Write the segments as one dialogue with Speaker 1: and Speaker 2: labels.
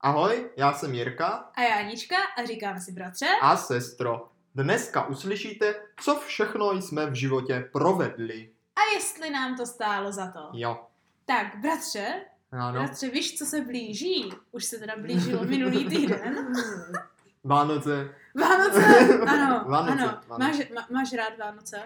Speaker 1: Ahoj, já jsem Jirka
Speaker 2: A já Anička a říkáme si bratře.
Speaker 1: a sestro. Dneska uslyšíte, co všechno jsme v životě provedli.
Speaker 2: A jestli nám to stálo za to.
Speaker 1: Jo,
Speaker 2: Tak bratře,
Speaker 1: ano.
Speaker 2: bratře, víš, co se blíží? Už se teda blížilo minulý týden.
Speaker 1: Vánoce,
Speaker 2: Vánoce, ano,
Speaker 1: Vánoce,
Speaker 2: ano.
Speaker 1: Vánoce.
Speaker 2: Máš, má, máš rád Vánoce?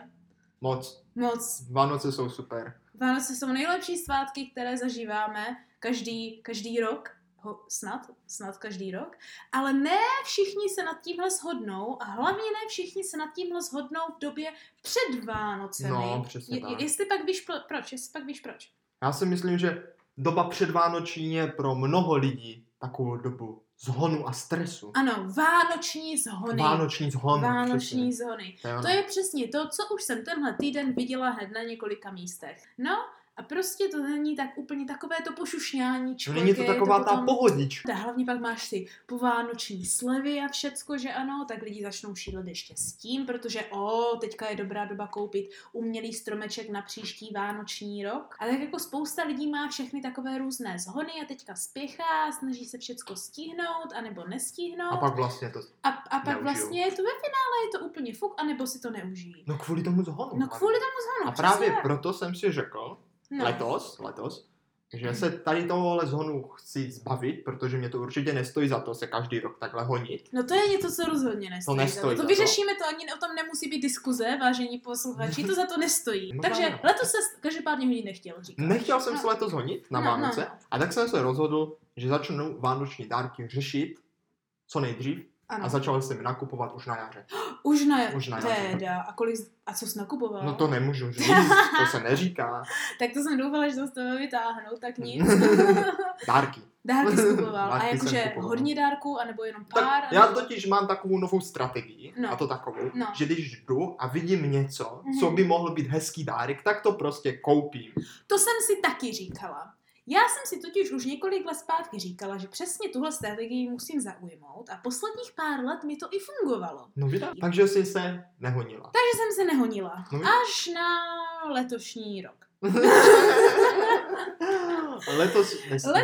Speaker 1: moc.
Speaker 2: Moc.
Speaker 1: Vánoce jsou super.
Speaker 2: Vánoce jsou nejlepší svátky, které zažíváme každý, každý rok. Ho, snad, snad každý rok. Ale ne všichni se nad tímhle shodnou a hlavně ne všichni se nad tímhle shodnou v době před Vánocemi.
Speaker 1: No, přesně tak.
Speaker 2: je, jestli pak víš pro, proč, jestli pak víš proč.
Speaker 1: Já si myslím, že doba předvánoční je pro mnoho lidí takovou dobu zhonu a stresu.
Speaker 2: Ano, vánoční zhony.
Speaker 1: Vánoční zhon.
Speaker 2: Vánoční
Speaker 1: přesně.
Speaker 2: zhony.
Speaker 1: To je ono.
Speaker 2: To je přesně to, co už jsem tenhle týden viděla hned na několika místech. No a prostě to není tak úplně takové to pošušňání
Speaker 1: No,
Speaker 2: čkolky,
Speaker 1: Není to taková ta
Speaker 2: potom...
Speaker 1: pohodička.
Speaker 2: A hlavně pak máš ty povánoční slevy a všecko, že ano, tak lidi začnou šílet ještě s tím, protože o, teďka je dobrá doba koupit umělý stromeček na příští vánoční rok. A tak jako spousta lidí má všechny takové různé zhony a teďka spěchá, snaží se všecko stihnout, anebo nestihnout.
Speaker 1: A pak vlastně to...
Speaker 2: A, a pak
Speaker 1: Neužijou.
Speaker 2: vlastně je to ve finále, je to úplně fuk, anebo si to neužijí.
Speaker 1: No kvůli tomu zhonu.
Speaker 2: No kvůli tomu
Speaker 1: A
Speaker 2: zhonu.
Speaker 1: právě
Speaker 2: přesně tak.
Speaker 1: proto jsem si řekl,
Speaker 2: no.
Speaker 1: letos, letos, že se tady tohohle zhonu chci zbavit, protože mě to určitě nestojí za to se každý rok takhle honit.
Speaker 2: No to je něco, co rozhodně nestojí.
Speaker 1: To
Speaker 2: za
Speaker 1: nestojí
Speaker 2: To
Speaker 1: za
Speaker 2: vyřešíme to, ani o tom nemusí být diskuze, vážení posluchači, to za to nestojí.
Speaker 1: No
Speaker 2: Takže
Speaker 1: právě.
Speaker 2: letos se každopádně hodně nechtěl říkat.
Speaker 1: Nechtěl jsem
Speaker 2: No.
Speaker 1: se letos honit na
Speaker 2: No, no,
Speaker 1: Vánoce
Speaker 2: no.
Speaker 1: a tak jsem se rozhodl, že začnu vánoční dárky řešit co nejdřív
Speaker 2: Ano.
Speaker 1: a začal jsem nakupovat už na jaře.
Speaker 2: Už na,
Speaker 1: Už na jaře.
Speaker 2: Teda, a kolik, a co jsi nakupoval?
Speaker 1: No to nemůžu říct, to se neříká.
Speaker 2: Tak to jsem doufala, že to z tebe vytáhnou, tak nic.
Speaker 1: Dárky.
Speaker 2: Dárky jsi kupoval. A
Speaker 1: Dárky jsem
Speaker 2: jakože
Speaker 1: kupoval.
Speaker 2: hodně dárků, anebo jenom pár?
Speaker 1: Tak já
Speaker 2: anebo-
Speaker 1: totiž mám takovou novou strategii,
Speaker 2: No.
Speaker 1: a to takovou,
Speaker 2: No.
Speaker 1: že když jdu a vidím něco,
Speaker 2: Mhm.
Speaker 1: co by mohl být hezký dárek, tak to prostě koupím.
Speaker 2: To jsem si taky říkala. Já jsem si totiž už několik let zpátky říkala, že přesně tuhle strategii musím zaujmout a posledních pár let mi to i fungovalo.
Speaker 1: No vidíš? Takže jsi se nehonila.
Speaker 2: Takže jsem se nehonila.
Speaker 1: No.
Speaker 2: Až na letošní rok.
Speaker 1: Letos nestíháš?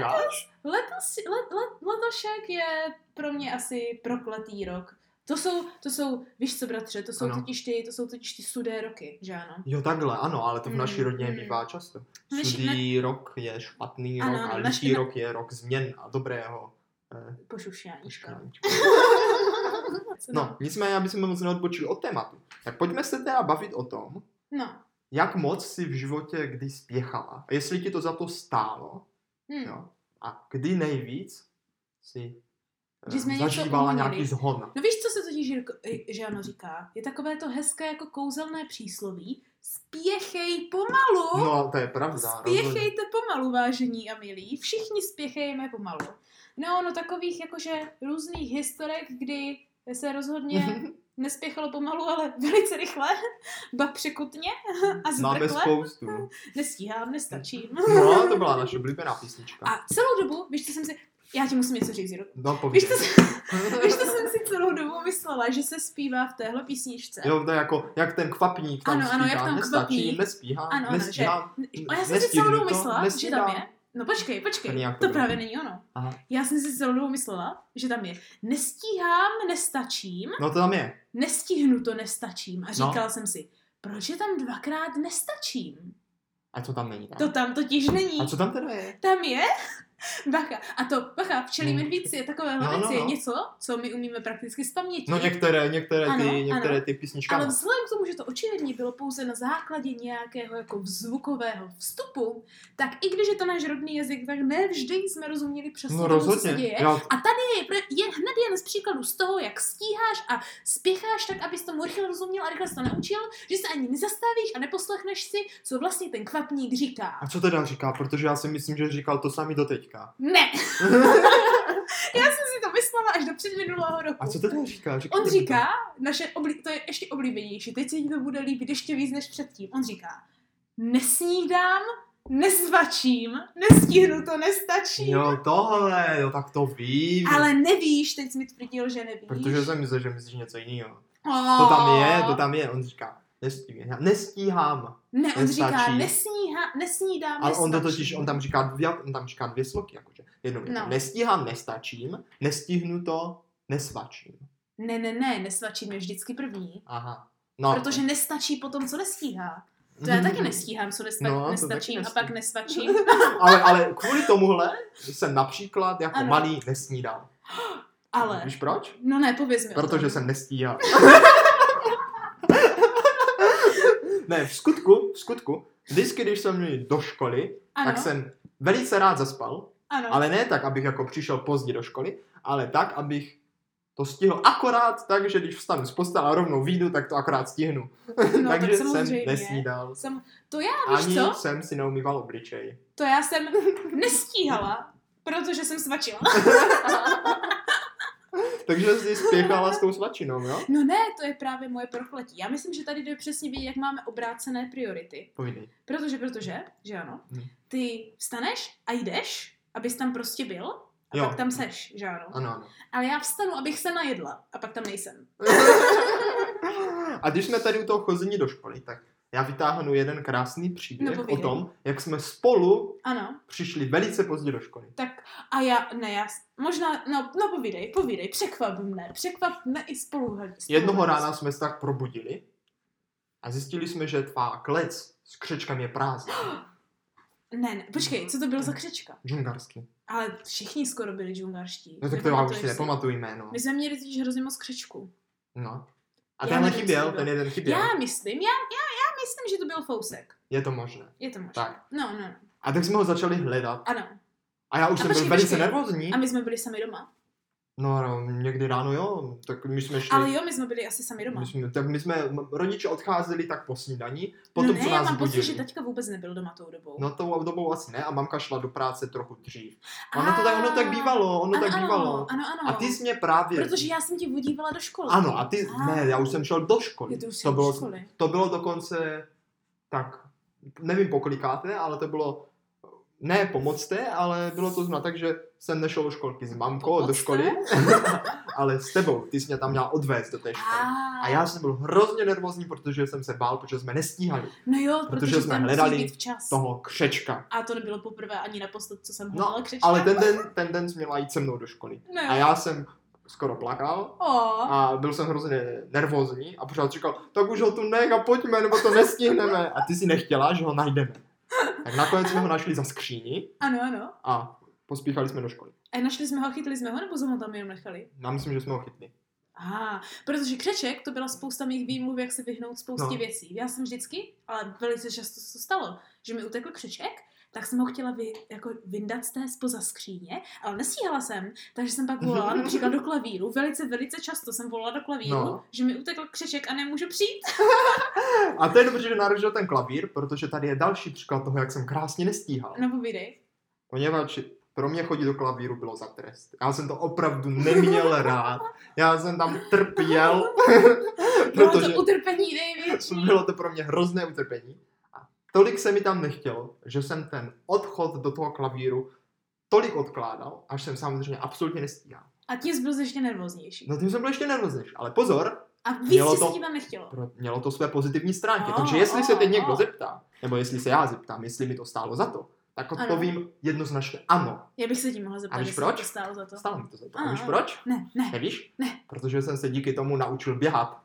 Speaker 2: Letos, let, let, letošek je pro mě asi prokletý rok. To jsou, to jsou, víš co bratře, to jsou
Speaker 1: Ano.
Speaker 2: totiž ty, to jsou totiž ty sudé roky, že ano?
Speaker 1: Jo, takhle, ano, ale to v naší
Speaker 2: Mm,
Speaker 1: rodině
Speaker 2: mm.
Speaker 1: bývá často.
Speaker 2: Naši-
Speaker 1: Sudý rok je špatný
Speaker 2: Ano,
Speaker 1: rok
Speaker 2: ano,
Speaker 1: a
Speaker 2: naši-
Speaker 1: lichý rok je rok změn a dobrého. eh,
Speaker 2: Pošušňáníčka.
Speaker 1: škránčka.
Speaker 2: Co
Speaker 1: No, nicméně, aby jsme moc neodbočili od tématu, tak pojďme se teda bavit o tom,
Speaker 2: No.
Speaker 1: jak moc si v životě kdy spěchala. A jestli ti to za to stálo,
Speaker 2: Hm.
Speaker 1: jo. A kdy nejvíc si eh,
Speaker 2: Že jsme něco
Speaker 1: zažívala
Speaker 2: uměli.
Speaker 1: nějaký zhon.
Speaker 2: No víš, co se totiž Jirko, i- že ano říká? Je takové to hezké jako kouzelné přísloví. Spěchej pomalu!
Speaker 1: No, to je pravda. rozhodně.
Speaker 2: Spěchejte pomalu, vážení a milí. Všichni spěchejme pomalu. No, no takových jakože různých historek, kdy se rozhodně nespěchalo pomalu, ale velice rychle, ba překutně a
Speaker 1: Máme
Speaker 2: zbrkle.
Speaker 1: spoustu.
Speaker 2: Nestíhám, nestačím.
Speaker 1: No, to byla naše oblíbená písnička.
Speaker 2: A celou dobu, víš, co jsem si... Já ti musím něco říct, Jirko.
Speaker 1: No, povídej.
Speaker 2: Víš, co jsem, víš, co jsem si celou dobu myslela, že se zpívá v téhle písničce.
Speaker 1: Jo, to je jako, jak ten kvapník tam
Speaker 2: Ano, ano,
Speaker 1: spíchá,
Speaker 2: jak tam
Speaker 1: nestačí,
Speaker 2: kvapník.
Speaker 1: nespíhá,
Speaker 2: Ano, ano,
Speaker 1: nestíhá.
Speaker 2: A já jsem si
Speaker 1: Nestihnu
Speaker 2: celou dobu
Speaker 1: to,
Speaker 2: myslela, že tam
Speaker 1: nestíhám.
Speaker 2: je. No počkej,
Speaker 1: To
Speaker 2: počkej,
Speaker 1: nějak
Speaker 2: to
Speaker 1: dobrý.
Speaker 2: právě není ono.
Speaker 1: Aha.
Speaker 2: Já jsem si celou dobu myslela, že tam je. Nestíhám, nestačím,
Speaker 1: No to tam je.
Speaker 2: nestihnu to, nestačím. A
Speaker 1: No.
Speaker 2: říkala jsem si, proč je tam dvakrát nestačím?
Speaker 1: A co tam není? Tam?
Speaker 2: To tam totiž není.
Speaker 1: No. A co tam teda je?
Speaker 2: Tam je? Bacha. A to, bacha, včelí
Speaker 1: Hmm.
Speaker 2: medvíci je takovéhle
Speaker 1: No, no,
Speaker 2: věci, je
Speaker 1: no.
Speaker 2: něco, co my umíme prakticky z paměti.
Speaker 1: No některé, některé ty,
Speaker 2: Ano, ano.
Speaker 1: některé ty písnička.
Speaker 2: Ale vzhledem k tomu, že to očividně bylo pouze na základě nějakého jako zvukového vstupu, tak i když je to náš rodný jazyk, tak ne vždy jsme rozuměli přesně
Speaker 1: no
Speaker 2: tomu, co se děje.
Speaker 1: rozhodně. Já,
Speaker 2: Je, je hned jen z příkladu z toho, jak stíháš a spěcháš tak, abys tomu rychle rozuměl a rychle se to naučil, že se ani nezastavíš a neposlechneš si, co vlastně ten kvapník říká.
Speaker 1: a co teda říká? Protože já si myslím, že říkal to samý do teďka.
Speaker 2: Ne! Já jsem si to myslela až do předminulého roku.
Speaker 1: A co teda říká? říká
Speaker 2: On říká, naše obli- to je ještě oblíbenější, teď se ti to bude líbit ještě víc než předtím. On říká, nesnídám, nezvačím, nestihnu to, nestačí.
Speaker 1: Jo, tohle, jo, tak to vím.
Speaker 2: Ale nevíš, teď jsi mi tvrdil, že nevíš.
Speaker 1: Protože jsem myslel, že myslíš něco jiného.
Speaker 2: oh.
Speaker 1: To tam je, to tam je. On říká, Nestíhám. Nestíhám.
Speaker 2: Ne, on
Speaker 1: Nestačí.
Speaker 2: říká, nesníha, nesnídám,
Speaker 1: Ale on to
Speaker 2: nestačí.
Speaker 1: totiž, on tam říká dvě, on tam říká dvě sloky, jakože. Jednou je to
Speaker 2: No.
Speaker 1: nestíhám, nestačím, nestihnu to, nesvačím.
Speaker 2: Ne, ne, ne, nesvačím je vždycky první.
Speaker 1: Aha. No. Mhm.
Speaker 2: Protože nestačí po tom, co nestíhá. To já taky nestíhám, co nesva-
Speaker 1: No, to
Speaker 2: no,
Speaker 1: taky
Speaker 2: nestačím a
Speaker 1: nestíhám.
Speaker 2: pak nesvačím.
Speaker 1: ale, ale kvůli tomuhle jsem například jako
Speaker 2: Ano.
Speaker 1: malý nesnídal.
Speaker 2: Ale,
Speaker 1: Víš proč?
Speaker 2: no ne, pověz mi o tom.
Speaker 1: Protože jsem nestíhal. ne, v skutku, v skutku, vždycky, když jsem měl do školy,
Speaker 2: ano,
Speaker 1: tak jsem velice rád zaspal,
Speaker 2: ano.
Speaker 1: ale ne tak, abych jako přišel pozdě do školy, ale tak, abych to stihl akorát tak, že když vstanu z postele a rovnou výjdu, tak to akorát stihnu.
Speaker 2: no, tak
Speaker 1: Takže jsem
Speaker 2: samozřejmě.
Speaker 1: nesnídal.
Speaker 2: Jsem, to já, víš
Speaker 1: Ani
Speaker 2: co?
Speaker 1: jsem si neumýval obličej.
Speaker 2: To já jsem nestíhala, protože jsem svačila.
Speaker 1: Takže jsi spěchala s tou svačinou, jo?
Speaker 2: No ne, to je právě moje prokletí. Já myslím, že tady jde přesně vidět, jak máme obrácené priority.
Speaker 1: Povídej.
Speaker 2: Protože, protože, že ano,
Speaker 1: Hmm.
Speaker 2: ty vstaneš a jdeš, abys tam prostě byl, a
Speaker 1: Jo.
Speaker 2: pak tam seš, že ano.
Speaker 1: Ano, ano.
Speaker 2: Ale já vstanu, abych se najedla, a pak tam nejsem.
Speaker 1: A když jsme tady u toho chození do školy, tak já vytáhnu jeden krásný
Speaker 2: No,
Speaker 1: příběh o
Speaker 2: povídej.
Speaker 1: tom, jak jsme spolu
Speaker 2: Ano.
Speaker 1: přišli velice pozdě do školy.
Speaker 2: Tak a já, ne, já, s- možná, no, no povídej, povídej, překvap mne, překvap mne i spolu.
Speaker 1: Jednoho rána jsme se tak probudili a zjistili jsme, že tvá klec s křečkem je prázdná.
Speaker 2: Ne, ne, počkej, co to bylo za křečka?
Speaker 1: Džungarský.
Speaker 2: Ale všichni skoro byli džungarští.
Speaker 1: No tak to já už si
Speaker 2: Nepamatuješ si?
Speaker 1: nepamatuju jméno.
Speaker 2: Jako My jsme měli totiž hrozně moc křečku.
Speaker 1: No. A
Speaker 2: Já
Speaker 1: tenhle
Speaker 2: nevím, co
Speaker 1: chyběl,
Speaker 2: to
Speaker 1: ten jeden chyběl.
Speaker 2: Já myslím, já, já, já myslím, že to byl fousek.
Speaker 1: Je to možné.
Speaker 2: Je to možné.
Speaker 1: Tak.
Speaker 2: No, no, no.
Speaker 1: A tak jsme ho začali hledat.
Speaker 2: Ano.
Speaker 1: A já už
Speaker 2: A
Speaker 1: jsem byl
Speaker 2: počkej,
Speaker 1: velice
Speaker 2: počkej.
Speaker 1: nervózní.
Speaker 2: A my jsme byli sami doma.
Speaker 1: No, no, někdy ráno jo, tak my jsme šli.
Speaker 2: Ale jo, my jsme byli asi sami doma.
Speaker 1: My jsme, tak my jsme, m- rodiče odcházeli tak po snídani, potom
Speaker 2: no ne,
Speaker 1: co
Speaker 2: já
Speaker 1: nás
Speaker 2: mám pocit, že
Speaker 1: budili.
Speaker 2: teďka vůbec nebyl doma tou dobou.
Speaker 1: No tou dobou asi ne a mamka šla do práce trochu dřív. Ono to tak, ono tak bývalo, ono
Speaker 2: ano,
Speaker 1: tak bývalo.
Speaker 2: Ano, ano, ano.
Speaker 1: A ty jsi mě právě...
Speaker 2: Protože já jsem tě vodívala do školy.
Speaker 1: Ano, a ty, ne, já už jsem šel do
Speaker 2: Je
Speaker 1: školy.
Speaker 2: to už
Speaker 1: To
Speaker 2: bylo...
Speaker 1: bylo,
Speaker 2: školy.
Speaker 1: to bylo dokonce, tak, nevím pokolikáte, ale to bylo, ne pomocte, ale bylo to zrovna tak, že jsem nešel do školky s mamkou, do
Speaker 2: Pomocte?
Speaker 1: školy, ale s tebou, ty jsi mě tam měla odvést do té školy. A já jsem byl hrozně nervózní, protože jsem se bál, protože jsme nestíhali
Speaker 2: No jo,
Speaker 1: protože
Speaker 2: protože,
Speaker 1: jsme
Speaker 2: tam musí
Speaker 1: hledali
Speaker 2: být včas.
Speaker 1: toho křečka.
Speaker 2: A to nebylo poprvé ani naposled, co jsem
Speaker 1: No,
Speaker 2: hledala křečka.
Speaker 1: Ale ten den, ten den jsi měla jít se mnou do školy.
Speaker 2: No jo.
Speaker 1: A já jsem skoro plakal
Speaker 2: O,
Speaker 1: a byl jsem hrozně nervózní a pořád říkal, tak už ho tu nech a pojďme, nebo to nestihneme. A ty si nechtěla, že ho najdeme. Tak nakonec jsme ho našli za skříní
Speaker 2: ano, ano.
Speaker 1: a pospíchali jsme do školy.
Speaker 2: A našli jsme ho, chytili jsme ho, nebo jsme ho tam jenom nechali?
Speaker 1: Já myslím, že jsme ho chytli.
Speaker 2: Aha, protože křeček, to byla spousta mých výmluv, jak se vyhnout spoustě
Speaker 1: No.
Speaker 2: no. věcí. Já jsem vždycky, ale velice často se to stalo, že mi utekl křeček, tak jsem ho chtěla vy, jako vyndat z té spoza skříně, ale nestíhala jsem, takže jsem pak volala například do klavíru. Velice, velice často jsem volala do klavíru,
Speaker 1: No.
Speaker 2: no. že mi utekl křeček a nemůžu přijít.
Speaker 1: A to je dobře, že narušil ten klavír, protože tady je další příklad toho, jak jsem krásně nestíhal.
Speaker 2: No povídej.
Speaker 1: Poněvadž pro mě chodit do klavíru bylo za trest. Já jsem to opravdu neměl rád. Já jsem tam trpěl,
Speaker 2: Bylo
Speaker 1: protože No.
Speaker 2: to utrpení největší.
Speaker 1: bylo to pro mě hrozné utrpení. A tolik se mi tam nechtělo, že jsem ten odchod do toho klavíru tolik odkládal, až jsem samozřejmě absolutně nestíhal.
Speaker 2: A tím jsi byl ještě nervóznější.
Speaker 1: No tím jsem byl ještě nervoznější, ale pozor,
Speaker 2: A víc
Speaker 1: Mělo
Speaker 2: se
Speaker 1: to-
Speaker 2: to... vám nechtělo.
Speaker 1: pro- mělo to své pozitivní stránky,
Speaker 2: No,
Speaker 1: takže jestli se teď
Speaker 2: no,
Speaker 1: někdo
Speaker 2: no.
Speaker 1: zeptá, nebo jestli se já zeptám, jestli mi to stálo za to, tak
Speaker 2: Ano.
Speaker 1: odpovím jednoznačně ano,
Speaker 2: Já bych se tím mohla zeptat,
Speaker 1: A víš
Speaker 2: jestli
Speaker 1: proč?
Speaker 2: to stálo za to.
Speaker 1: stálo mi to za to.
Speaker 2: Ano,
Speaker 1: A víš
Speaker 2: ano.
Speaker 1: proč?
Speaker 2: Ne, ne.
Speaker 1: Nevíš?
Speaker 2: Ne.
Speaker 1: Protože jsem se díky tomu naučil běhat.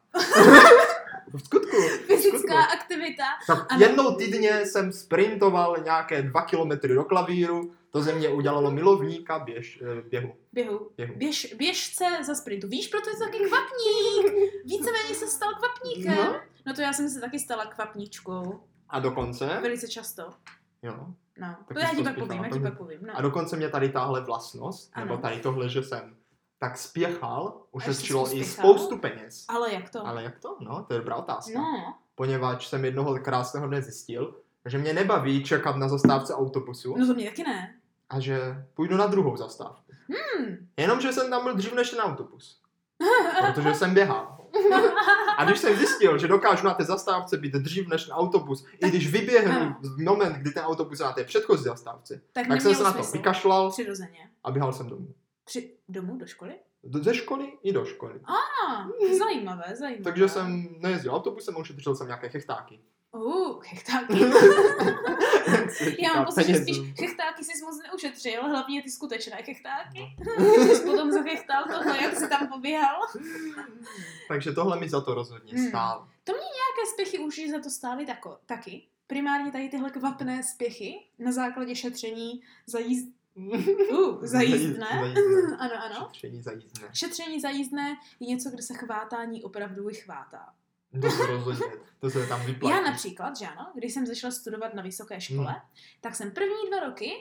Speaker 1: v skutku. v skutku.
Speaker 2: Fyzická aktivita.
Speaker 1: Tak
Speaker 2: ano.
Speaker 1: jednou týdně jsem sprintoval nějaké dva kilometry do klavíru, to ze mě udělalo milovníka běž, eh, běhu.
Speaker 2: Běhu.
Speaker 1: běhu.
Speaker 2: Běž, běžce za sprintu. Víš, proto je to taky kvapník. Víceméně se stal kvapníkem.
Speaker 1: No.
Speaker 2: No. no to já jsem se taky stala kvapníčkou.
Speaker 1: A dokonce,
Speaker 2: Velice často.
Speaker 1: jo,
Speaker 2: No.
Speaker 1: Tak
Speaker 2: to já
Speaker 1: jsi to
Speaker 2: ti pak povím,
Speaker 1: spěchala,
Speaker 2: já ti
Speaker 1: to-
Speaker 2: pak povím. No.
Speaker 1: a dokonce mě tady tahle vlastnost,
Speaker 2: Ano.
Speaker 1: nebo tady tohle, že jsem tak spěchal, ušetřilo
Speaker 2: jsi
Speaker 1: i
Speaker 2: spěchal?
Speaker 1: spoustu peněz.
Speaker 2: Ale jak to?
Speaker 1: Ale jak to? No, to je dobrá otázka.
Speaker 2: No.
Speaker 1: Poněvadž jsem jednoho krásného dne zjistil, že mě nebaví čekat na zastávce autobusu
Speaker 2: No to mě taky ne.
Speaker 1: a že půjdu na druhou zastávku.
Speaker 2: Hmm.
Speaker 1: Jenomže jsem tam byl dřív než ten autobus. Protože jsem běhal. A když jsem zjistil, že dokážu na té zastávce být dřív než ten autobus, i když vyběhnu
Speaker 2: Ano.
Speaker 1: v moment, kdy ten autobus je na té předchozí zastávce,
Speaker 2: tak
Speaker 1: tak jsem
Speaker 2: nemělo
Speaker 1: se na to
Speaker 2: smysl.
Speaker 1: vykašlal
Speaker 2: Přirozeně.
Speaker 1: a běhal jsem domů.
Speaker 2: Při... Domů do školy?
Speaker 1: Do- Ze školy i do školy.
Speaker 2: Ah, zajímavé, zajímavé.
Speaker 1: Takže jsem nejezdil autobusem, a ušetřil jsem nějaké chechtáky.
Speaker 2: Uh, chechtáky. Já mám pocit, že spíš chechtáky jsi moc neušetřil, hlavně ty skutečné chechtáky.
Speaker 1: No.
Speaker 2: Jsi potom zachechtal toho, jak jsi tam poběhal.
Speaker 1: Takže tohle mi za to rozhodně
Speaker 2: Hmm.
Speaker 1: stálo.
Speaker 2: Nějaké spěchy už za to stály tako, taky. Primárně tady tyhle kvapné spěchy na základě šetření za, jíz... uh, za jízdné.
Speaker 1: Zajízdné.
Speaker 2: Ano, ano.
Speaker 1: Šetření za jízdné.
Speaker 2: Šetření za jízdné je něco, kde se chvátání opravdu vychvátá.
Speaker 1: To se rozhodně, to se tam vyplatí.
Speaker 2: Já například, že ano, když jsem začala studovat na vysoké škole,
Speaker 1: Hmm.
Speaker 2: tak jsem první dva roky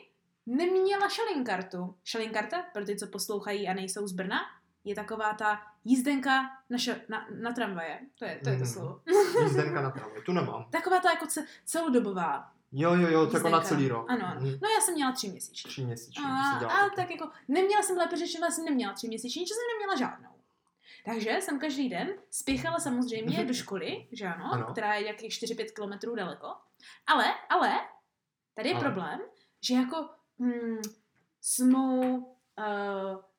Speaker 2: neměla šalinkartu. Šalinkarta, pro ty, co poslouchají a nejsou z Brna, je taková ta jízdenka na, ša- na, na tramvaje. To je to, je to
Speaker 1: Mhm.
Speaker 2: slovo.
Speaker 1: Jízdenka na tramvaj, tu nemám.
Speaker 2: Taková ta jako ce- celodobová.
Speaker 1: Jo, jo, jo, to jako na
Speaker 2: Jízdenka.
Speaker 1: celý rok.
Speaker 2: Ano, ano.
Speaker 1: Mhm.
Speaker 2: No já jsem měla tři měsíčně.
Speaker 1: Tři měsíčně.
Speaker 2: A, a tak jako, neměla jsem lépe řečeno, jsem neměla tři měsíční, že jsem neměla žádnou. Takže jsem každý den spěchala samozřejmě do školy, že ano,
Speaker 1: Ano.
Speaker 2: která je nějakých 4-5 kilometrů daleko. Ale, ale, tady je
Speaker 1: Ale.
Speaker 2: problém, že jako mm, s mou uh,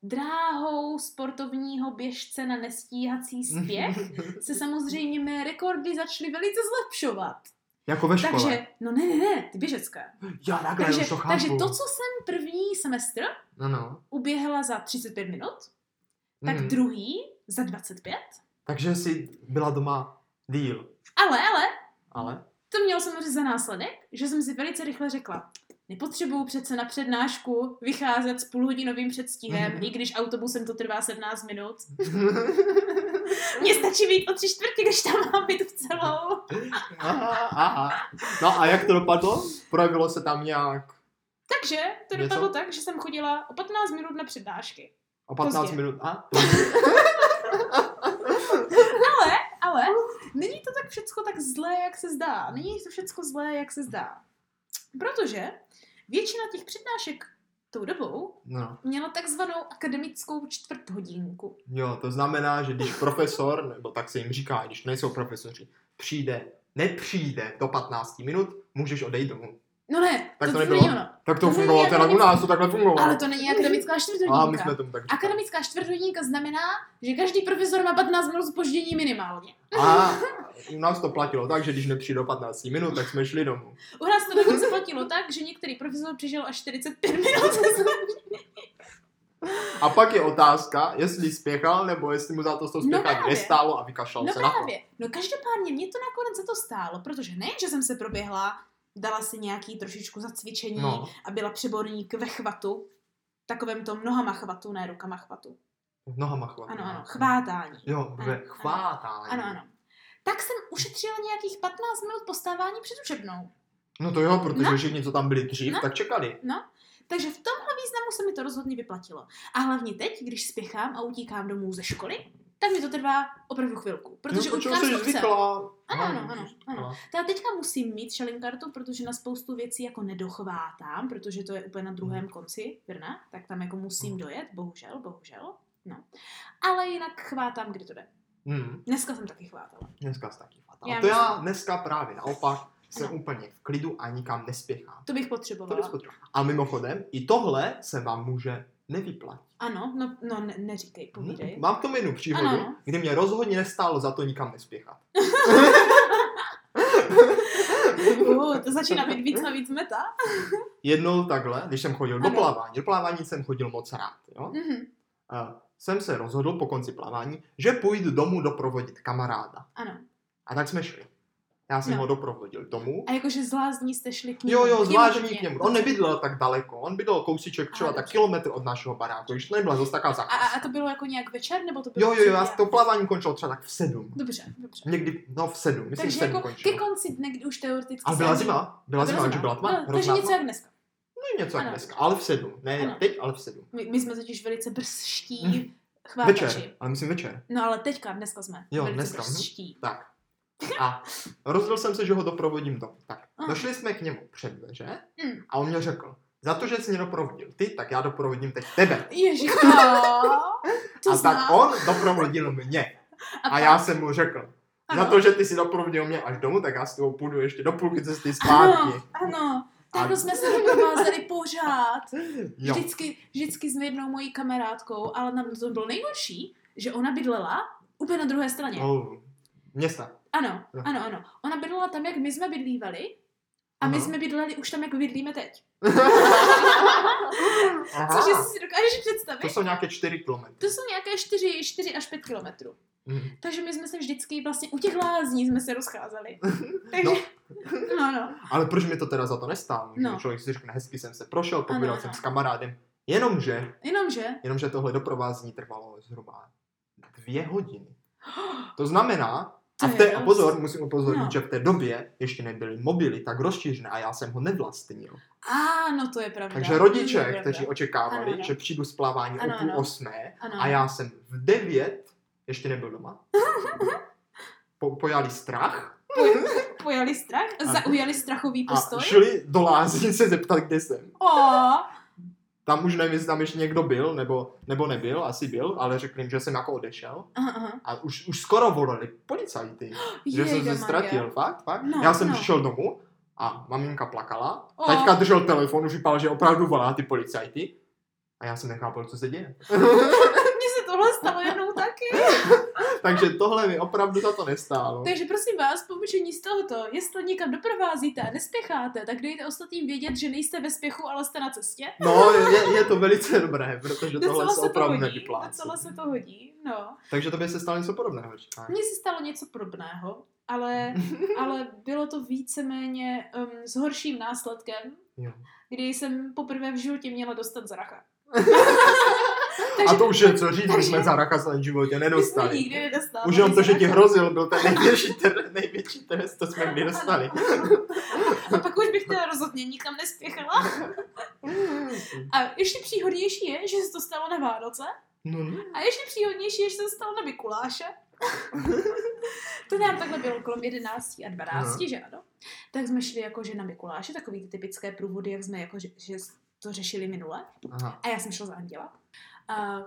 Speaker 2: dráhou sportovního běžce na nestíhací spěch se samozřejmě mé rekordy začaly velice zlepšovat.
Speaker 1: jako ve škole.
Speaker 2: Takže, no ne, ne, ne, ty běžecké.
Speaker 1: já takhle
Speaker 2: Takže,
Speaker 1: už to chápu.
Speaker 2: takže to, co jsem první semestr
Speaker 1: Ano.
Speaker 2: uběhla za 35 minut, tak
Speaker 1: Mhm.
Speaker 2: druhý za 25.
Speaker 1: Takže jsi byla doma díl,
Speaker 2: Ale, ale,
Speaker 1: ale...
Speaker 2: to mělo samozřejmě za následek, že jsem si velice rychle řekla, nepotřebuju přece na přednášku vycházet s půlhodinovým předstihem,
Speaker 1: Mhm.
Speaker 2: i když autobusem to trvá 17 minut. Mně stačí být o tři čtvrtě, když tam mám být v celou.
Speaker 1: aha, aha. No a jak to dopadlo? Projevilo se tam nějak
Speaker 2: Takže to
Speaker 1: Něco?
Speaker 2: dopadlo tak, že jsem chodila o 15 minut na přednášky.
Speaker 1: o 15
Speaker 2: Pozdě.
Speaker 1: minut. A?
Speaker 2: Ale není to tak všecko tak zlé, jak se zdá. Není to všecko zlé, jak se zdá. Protože většina těch přednášek tou dobou
Speaker 1: No,
Speaker 2: měla takzvanou akademickou čtvrthodinku.
Speaker 1: jo, to znamená, že když profesor, nebo tak se jim říká, když nejsou profesoři, přijde, nepřijde do 15 minut, můžeš odejít domů.
Speaker 2: No ne,
Speaker 1: Tak to
Speaker 2: to, to
Speaker 1: nebylo?
Speaker 2: není ono.
Speaker 1: Tak
Speaker 2: To
Speaker 1: to
Speaker 2: není
Speaker 1: fungovalo teda u
Speaker 2: akademický-
Speaker 1: nás, to takhle fungovalo.
Speaker 2: Ale to není akademická
Speaker 1: A my
Speaker 2: čtvrthodinka.
Speaker 1: jsme tomu tak říkali.
Speaker 2: Akademická čtvrthodinka znamená, že každý profesor má 15 minut spoždění minimálně.
Speaker 1: A u nás to platilo tak, že když nepřijde do 15 minut, tak jsme šli domů.
Speaker 2: U nás to dokonce platilo tak, že některý profesor přišel až 45 minut.
Speaker 1: A pak je otázka, jestli spěchal, nebo jestli mu za to, to
Speaker 2: No
Speaker 1: spěchání
Speaker 2: právě.
Speaker 1: nestálo a vykašlal
Speaker 2: No
Speaker 1: se na to.
Speaker 2: právě. No každopádně mě to nakonec za to stálo, protože nejen, že jsem se proběhla, dala si nějaký trošičku zacvičení
Speaker 1: No,
Speaker 2: a byla přeborník ve chvatu, takovém tom nohama chvatu, ne rukama chvatu.
Speaker 1: nohama chvátání.
Speaker 2: Ano, ano, chvátání.
Speaker 1: Jo, ve
Speaker 2: Ano,
Speaker 1: chvátání.
Speaker 2: Ano, ano. Tak jsem ušetřila nějakých 15 minut postávání před učebnou.
Speaker 1: No to jo, protože
Speaker 2: No.
Speaker 1: všichni, co tam byli dřív,
Speaker 2: No.
Speaker 1: tak čekali.
Speaker 2: Takže v tomhle významu se mi to rozhodně vyplatilo. A hlavně teď, když spěchám a utíkám domů ze školy, tak mi to trvá opravdu chvilku. Protože
Speaker 1: jo,
Speaker 2: utíkám
Speaker 1: No, jsi
Speaker 2: z kopce.
Speaker 1: zvykla.
Speaker 2: Ano, ano,
Speaker 1: No,
Speaker 2: ano,
Speaker 1: jsi
Speaker 2: ano.
Speaker 1: zvykla.
Speaker 2: To Já teďka musím mít šalinkartu, protože na spoustu věcí jako nedochvátám, protože to je úplně na druhém konci Brna, tak tam jako musím
Speaker 1: Mhm.
Speaker 2: dojet, bohužel, bohužel. No. Ale jinak chvátám, kdy to jde.
Speaker 1: Hmm,
Speaker 2: Dneska jsem taky chvátala.
Speaker 1: dneska jsi taky chvátala.
Speaker 2: Já
Speaker 1: to já
Speaker 2: myslím.
Speaker 1: dneska právě naopak jsem
Speaker 2: Ano.
Speaker 1: úplně v klidu a nikam nespěchám.
Speaker 2: To bych
Speaker 1: To bys
Speaker 2: potřebovala.
Speaker 1: potřeboval. A mimochodem, i tohle se vám může nevyplatit.
Speaker 2: Ano, no, no ne, neříkej, povídej.
Speaker 1: Hmm, Mám k tomu jednu příhodu,
Speaker 2: Ano. no.
Speaker 1: kdy mě rozhodně nestálo za to nikam nespěchat.
Speaker 2: Uh, to začíná být víc a víc meta.
Speaker 1: Jednou takhle, když jsem chodil do
Speaker 2: Ano.
Speaker 1: plavání, do plavání jsem chodil moc rád, jo?
Speaker 2: Mhm,
Speaker 1: A jsem se rozhodl po konci plavání, že půjdu domů doprovodit kamaráda.
Speaker 2: ano.
Speaker 1: A tak jsme šli. Já jsem
Speaker 2: No.
Speaker 1: ho doprovodil domů.
Speaker 2: A jakože z lázní jste šli k němu.
Speaker 1: Jo, jo,
Speaker 2: k němu
Speaker 1: zvláštní
Speaker 2: hodně.
Speaker 1: k němu. On nebydlel tak daleko, on bydlel kousíček třeba
Speaker 2: Ale
Speaker 1: tak
Speaker 2: dobře.
Speaker 1: kilometr od našeho baráku, když to nebyla zase taká
Speaker 2: A, a, a
Speaker 1: zakázka.
Speaker 2: to bylo jako nějak večer, nebo to bylo
Speaker 1: Jo, jo, jo, já
Speaker 2: předjel?
Speaker 1: to plavání končilo třeba tak v sedm.
Speaker 2: Dobře, dobře.
Speaker 1: Někdy, no v sedm, myslím, v
Speaker 2: Takže
Speaker 1: sedm
Speaker 2: jako ke
Speaker 1: končilo.
Speaker 2: konci dne, kdy už teoreticky...
Speaker 1: A byla
Speaker 2: se-
Speaker 1: zima, byla
Speaker 2: A
Speaker 1: zima, takže byla tma,
Speaker 2: No, Takže
Speaker 1: hrozná
Speaker 2: něco
Speaker 1: tma.
Speaker 2: jak dneska.
Speaker 1: No něco jak
Speaker 2: Ano.
Speaker 1: dneska, ale v sedm. Ne
Speaker 2: Ano.
Speaker 1: jak teď, ale v sedm.
Speaker 2: My, my jsme totiž velice brzští
Speaker 1: Mhm.
Speaker 2: chvátači.
Speaker 1: Večer, ale myslím večer.
Speaker 2: No ale teďka, dneska jsme
Speaker 1: Jo,
Speaker 2: velice
Speaker 1: dneska, mhm.
Speaker 2: brzští.
Speaker 1: Tak. A rozhodl jsem se, že ho doprovodím domů. Tak.
Speaker 2: Aha.
Speaker 1: Došli jsme k němu před dveře
Speaker 2: Mm.
Speaker 1: a on mě řekl, za to, že jsi mě doprovodil ty, tak já doprovodím teď tebe.
Speaker 2: Ježiška, no. to
Speaker 1: a
Speaker 2: znám.
Speaker 1: tak on doprovodil mě.
Speaker 2: a,
Speaker 1: A
Speaker 2: pak-
Speaker 1: já jsem mu řekl,
Speaker 2: ano,
Speaker 1: za to, že ty si doprovodil mě až domů, tak já s tebou půjdu ještě do půlky cesty zpátky.
Speaker 2: Ano, ano. Takhle
Speaker 1: A-
Speaker 2: jsme se doprovázeli pořád.
Speaker 1: Jo.
Speaker 2: Vždycky, vždycky s jednou mojí kamarádkou, ale na to bylo nejhorší, že ona bydlela úplně na druhé straně.
Speaker 1: Oh. Města.
Speaker 2: Ano,
Speaker 1: Jo.
Speaker 2: ano, ano. Ona bydlela tam, jak my jsme bydlívali, a my
Speaker 1: Aha.
Speaker 2: jsme bydleli už tam, jak bydlíme teď.
Speaker 1: Aha.
Speaker 2: Což jestli si dokážeš
Speaker 1: To
Speaker 2: představit,
Speaker 1: jsou nějaké 4 kilometry.
Speaker 2: to jsou nějaké 4, 4 až 5 kilometrů.
Speaker 1: Mhm.
Speaker 2: Takže my jsme se vždycky vlastně u těch lázní jsme se rozcházeli. Takže, no, no. no.
Speaker 1: Ale proč mi to teda za to nestálo?
Speaker 2: No.
Speaker 1: No. Člověk si řekne, hezky jsem se prošel,
Speaker 2: Ano,
Speaker 1: pobíral jsem
Speaker 2: ano.
Speaker 1: s kamarádem. Jenomže,
Speaker 2: Jenomže,
Speaker 1: jenomže tohle doprovázení trvalo zhruba dvě hodiny. To znamená,
Speaker 2: To
Speaker 1: a,
Speaker 2: je
Speaker 1: v té, a
Speaker 2: dost.
Speaker 1: pozor, musím upozornit,
Speaker 2: No.
Speaker 1: no. že v té době ještě nebyly mobily tak rozšířené a já jsem ho nevlastnil.
Speaker 2: a no to je pravda.
Speaker 1: Takže
Speaker 2: To je
Speaker 1: rodiče,
Speaker 2: pravda.
Speaker 1: kteří očekávali,
Speaker 2: Ano, ano.
Speaker 1: že přijdu z plavání
Speaker 2: Ano,
Speaker 1: o půl
Speaker 2: ano.
Speaker 1: osmé
Speaker 2: ano.
Speaker 1: a já jsem v devět ještě nebyl doma, po, pojali strach
Speaker 2: Pojali strach,
Speaker 1: Ano.
Speaker 2: zaujali strachový
Speaker 1: a
Speaker 2: postoj.
Speaker 1: šli do lázní se zeptat, kde jsem.
Speaker 2: O,
Speaker 1: Tam už nevím, jestli tam ještě někdo byl, nebo, nebo nebyl, asi byl, ale řekli jim, že jsem jako odešel.
Speaker 2: Aha, aha.
Speaker 1: A už, už skoro volali policajty, že jsem se
Speaker 2: Jejda Maria.
Speaker 1: ztratil, fakt, fakt.
Speaker 2: No,
Speaker 1: Já jsem
Speaker 2: no.
Speaker 1: přišel domů a maminka plakala,
Speaker 2: O.
Speaker 1: taťka držel telefon, už vypadal, že opravdu volá ty policajty. A já jsem nechápal, co se děje.
Speaker 2: Mně se tohle stalo jednou taky.
Speaker 1: Takže tohle mi opravdu za to nestálo.
Speaker 2: Takže prosím vás, poučení z tohoto, jestli někam doprovázíte a nespěcháte, tak dejte ostatním vědět, že nejste ve spěchu, ale jste na cestě.
Speaker 1: No, je, je to velice dobré, protože tohle se
Speaker 2: se to
Speaker 1: opravdu
Speaker 2: hodí,
Speaker 1: nevyplácí.
Speaker 2: docela se to hodí, no.
Speaker 1: Takže tobě se stalo něco podobného, říkáš.
Speaker 2: Mně se stalo něco podobného, ale, ale bylo to víceméně um, s horším následkem,
Speaker 1: Jo.
Speaker 2: kdy jsem poprvé v životě měla dostat zracha.
Speaker 1: A to už je co říct, my
Speaker 2: takže-
Speaker 1: jsme za raka v životě
Speaker 2: My jsme
Speaker 1: nedostali.
Speaker 2: nikdy nedostali.
Speaker 1: Už jenom to, že ti
Speaker 2: zraka.
Speaker 1: hrozil, byl ten největší, ter, největší trest, co jsme kdy dostali.
Speaker 2: A pak už bych teda rozhodně nikam nespěchala. A ještě příhodnější je, že se to stalo na Vánoce.
Speaker 1: No, no.
Speaker 2: A ještě příhodnější je, že se to stalo na Mikuláše. to nám takhle bylo kolem 11 a 12, že ano. Tak jsme šli jakože na Mikuláše, takový ty typické průvody, jak jsme jakože že to řešili minule.
Speaker 1: Aha.
Speaker 2: A já jsem šla za Anděla. A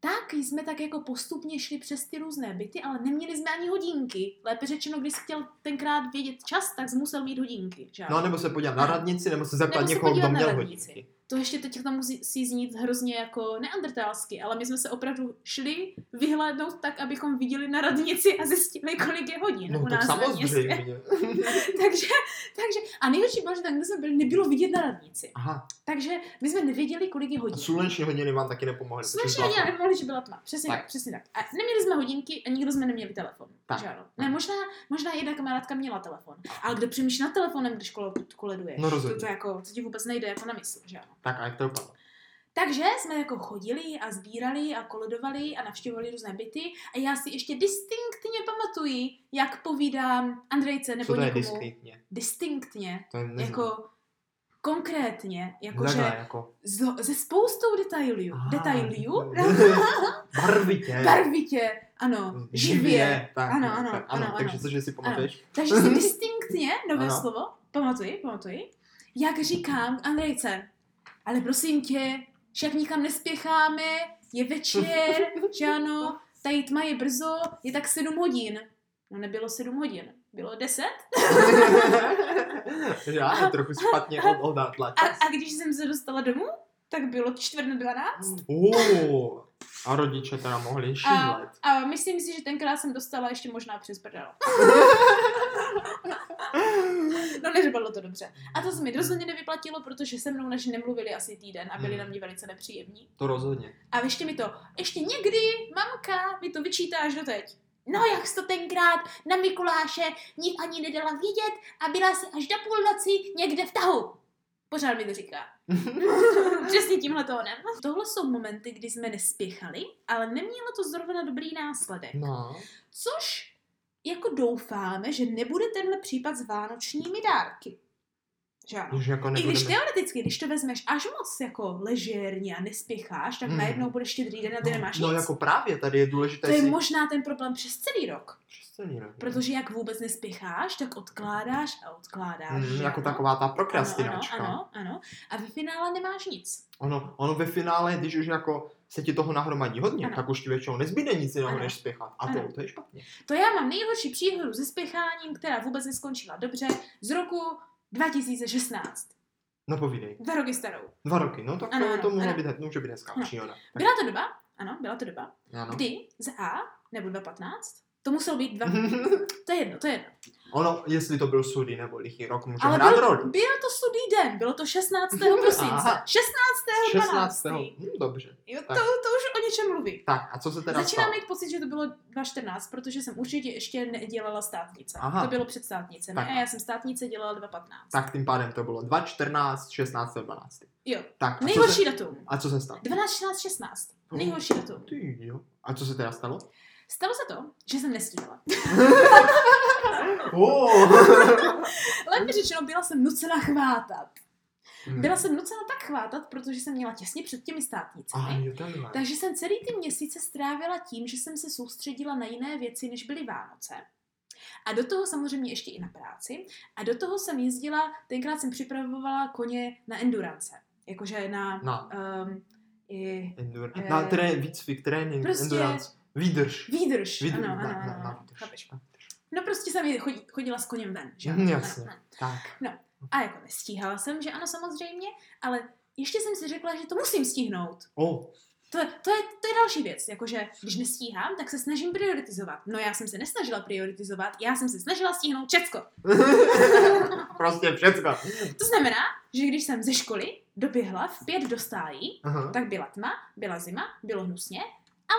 Speaker 2: tak jsme tak jako postupně šli přes ty různé byty, ale neměli jsme ani hodinky. Lépe řečeno, když jsi chtěl tenkrát vědět čas, tak jsi musel mít hodinky. Že? ano?
Speaker 1: no nebo se podívat na radnici, nebo se zeptat
Speaker 2: Nebo se
Speaker 1: někoho, kdo
Speaker 2: podívat na
Speaker 1: měl
Speaker 2: radnici.
Speaker 1: hodinky.
Speaker 2: To ještě teď tam musí musí znít hrozně jako neandertalsky, ale my jsme se opravdu šli vyhlédnout tak, abychom viděli na radnici a zjistili, kolik je hodin Jako u
Speaker 1: No tak
Speaker 2: nás na městě.
Speaker 1: samozřejmě.
Speaker 2: takže, takže, a nejhorší bylo, že tam, kde jsme byli, nebylo vidět na radnici.
Speaker 1: Aha,
Speaker 2: Takže my jsme nevěděli, kolik je
Speaker 1: a
Speaker 2: hodin.
Speaker 1: sluneční hodiny vám taky nepomohly. protože
Speaker 2: Sluneční
Speaker 1: byla-
Speaker 2: hodiny nemohli, že byla tma. Přesně tak.
Speaker 1: Tak.
Speaker 2: přesně tak. A neměli jsme hodinky a nikdo jsme neměli telefon.
Speaker 1: Tak.
Speaker 2: Že ano? Ne, možná, možná jedna kamarádka měla telefon. Ale kdo přemýšlí nad telefonem, když kolo, koleduješ?
Speaker 1: No
Speaker 2: to,
Speaker 1: rozhodně.
Speaker 2: to, jako, to ti vůbec nejde jako na mysl, že ano?
Speaker 1: Tak a jak to dopadlo?
Speaker 2: Takže jsme jako chodili a sbírali a koledovali a navštěvovali různé byty a já si ještě distinktně pamatuji, jak povídám Andrejce nebo
Speaker 1: Co to je
Speaker 2: někomu
Speaker 1: diskrétně?
Speaker 2: distinktně,
Speaker 1: To je neznám.
Speaker 2: jako konkrétně, jakože
Speaker 1: Takhle, jako...
Speaker 2: z- se spoustou detailů,
Speaker 1: Aha.
Speaker 2: detailů,
Speaker 1: Ah, Barvitě.
Speaker 2: barvitě, ano, živě.
Speaker 1: Tak,
Speaker 2: Ano, ano,
Speaker 1: tak,
Speaker 2: ano,
Speaker 1: Takže
Speaker 2: ano.
Speaker 1: cože si pamatuješ?
Speaker 2: Takže si distinktně, nové
Speaker 1: Ano.
Speaker 2: slovo, pamatuji, pamatuji, jak říkám Andrejce, ale prosím tě, však nikam nespěcháme, je večer, že ano, tady tma je brzo, je tak sedm hodin. No nebylo sedm hodin, bylo deset.
Speaker 1: Že já trochu špatně od, odátla
Speaker 2: A,
Speaker 1: čas.
Speaker 2: a když jsem se dostala domů, tak bylo čtvrt na dvanáct.
Speaker 1: Uh, a rodiče teda mohli
Speaker 2: A,
Speaker 1: šílet.
Speaker 2: a myslím si, že tenkrát jsem dostala ještě možná přes prdel. No nedopadlo to dobře. A to se mi rozhodně nevyplatilo, protože se mnou naši nemluvili asi týden a byli na mě velice nepříjemní.
Speaker 1: To rozhodně.
Speaker 2: A ještě mi to, ještě někdy, mamka, mi to vyčítá až doteď. No jak jsi to tenkrát na Mikuláše nic ani nedala vědět a byla si až do půlnoci někde v tahu. Pořád mi to říká. Přesně tímhle tónem. Tohle jsou momenty, kdy jsme nespěchali, ale nemělo to zrovna dobrý následek.
Speaker 1: No.
Speaker 2: Což jako doufáme, že nebude tenhle případ s vánočními dárky. Že ano.
Speaker 1: Už jako
Speaker 2: I když
Speaker 1: nebudeme...
Speaker 2: teoreticky, když to vezmeš až moc jako ležérně a nespěcháš, tak
Speaker 1: Mm.
Speaker 2: najednou bude štědrý den a ty nemáš
Speaker 1: no,
Speaker 2: nic.
Speaker 1: jako právě, tady je důležité
Speaker 2: to je
Speaker 1: si...
Speaker 2: možná ten problém přes celý rok.
Speaker 1: Přesně, no.
Speaker 2: Protože jak vůbec nespěcháš, tak odkládáš a odkládáš.
Speaker 1: Mm,
Speaker 2: že
Speaker 1: jako
Speaker 2: ano?
Speaker 1: taková ta
Speaker 2: ano, ano,
Speaker 1: prokrastinačka.
Speaker 2: ano, ano. A ve finále nemáš nic.
Speaker 1: Ono, ono ve finále, když už jako se ti toho nahromadí hodně,
Speaker 2: Ano.
Speaker 1: tak už ti většinou nezbyde nic jiného,
Speaker 2: Ano.
Speaker 1: než spěchat. A
Speaker 2: Ano.
Speaker 1: to, to je špatně.
Speaker 2: To já mám nejhorší příhodu se spěcháním, která vůbec neskončila dobře, z roku 2016.
Speaker 1: No povídej.
Speaker 2: Dva roky starou.
Speaker 1: Dva roky, no tak
Speaker 2: Ano,
Speaker 1: to,
Speaker 2: ano,
Speaker 1: to mohlo
Speaker 2: ano.
Speaker 1: být, může být hezká
Speaker 2: No.
Speaker 1: příhoda. Tak, no.
Speaker 2: Byla to doba, ano, byla to doba,
Speaker 1: ano.
Speaker 2: kdy za A, nebo 2.15, to muselo být dva, to je jedno, to je jedno.
Speaker 1: ono, jestli to byl sudý nebo lichý rok, může
Speaker 2: Ale
Speaker 1: hrát
Speaker 2: byl,
Speaker 1: roli.
Speaker 2: byl to studý den, bylo to 16. prosince.
Speaker 1: Aha.
Speaker 2: 16.
Speaker 1: 16.
Speaker 2: 16.
Speaker 1: Hm, dobře.
Speaker 2: Jo, to,
Speaker 1: Tak.
Speaker 2: to už o něčem mluví.
Speaker 1: Tak, a co se teda
Speaker 2: Začínám
Speaker 1: stalo?
Speaker 2: mít pocit, že to bylo 2.14, protože jsem určitě ještě nedělala státnice.
Speaker 1: Aha.
Speaker 2: To bylo před státnicemi
Speaker 1: Tak.
Speaker 2: a já jsem státnice dělala 2.15.
Speaker 1: Tak tím pádem to bylo 2, 14, 16, 12.
Speaker 2: Jo,
Speaker 1: Tak, a co, se,
Speaker 2: nejhorší datum.
Speaker 1: a co se stalo?
Speaker 2: 12, 16, 16. Nejhorší datum.
Speaker 1: Ty jo. A co se teda stalo?
Speaker 2: Stalo se to, že jsem nestíhala.
Speaker 1: Oh.
Speaker 2: Lépe řečeno, byla jsem nucena chvátat.
Speaker 1: Hmm.
Speaker 2: Byla jsem nucena tak chvátat, protože jsem měla těsně před těmi státnicemi.
Speaker 1: A jo, takhle.
Speaker 2: Takže jsem celý ty měsíce strávila tím, že jsem se soustředila na jiné věci, než byly Vánoce. A do toho samozřejmě ještě i na práci. A do toho jsem jezdila, tenkrát jsem připravovala koně na endurance. Jakože na...
Speaker 1: Na
Speaker 2: Um, i
Speaker 1: endurance.
Speaker 2: Eh,
Speaker 1: No, Na tré, výcvik, trénink,
Speaker 2: prostě-
Speaker 1: endurance. Výdrž.
Speaker 2: výdrž.
Speaker 1: Výdrž.
Speaker 2: Ano, ano,
Speaker 1: na, na,
Speaker 2: ano.
Speaker 1: na
Speaker 2: ano.
Speaker 1: výdrž.
Speaker 2: Chápeš? No prostě jsem je- chodí- chodila s koněm ven. Že?
Speaker 1: Mhm,
Speaker 2: ano,
Speaker 1: jasně.
Speaker 2: ano.
Speaker 1: Tak.
Speaker 2: A jako nestíhala jsem, že ano samozřejmě, ale ještě jsem si řekla, že to musím stihnout.
Speaker 1: O,
Speaker 2: To, to, je, to je další věc, jakože když nestíhám, tak se snažím prioritizovat. No já jsem se nesnažila prioritizovat, já jsem se snažila stihnout Česko.
Speaker 1: prostě všecko.
Speaker 2: To znamená, že když jsem ze školy doběhla v pět do stájí,
Speaker 1: Aha.
Speaker 2: tak byla tma, byla zima, bylo hnusně,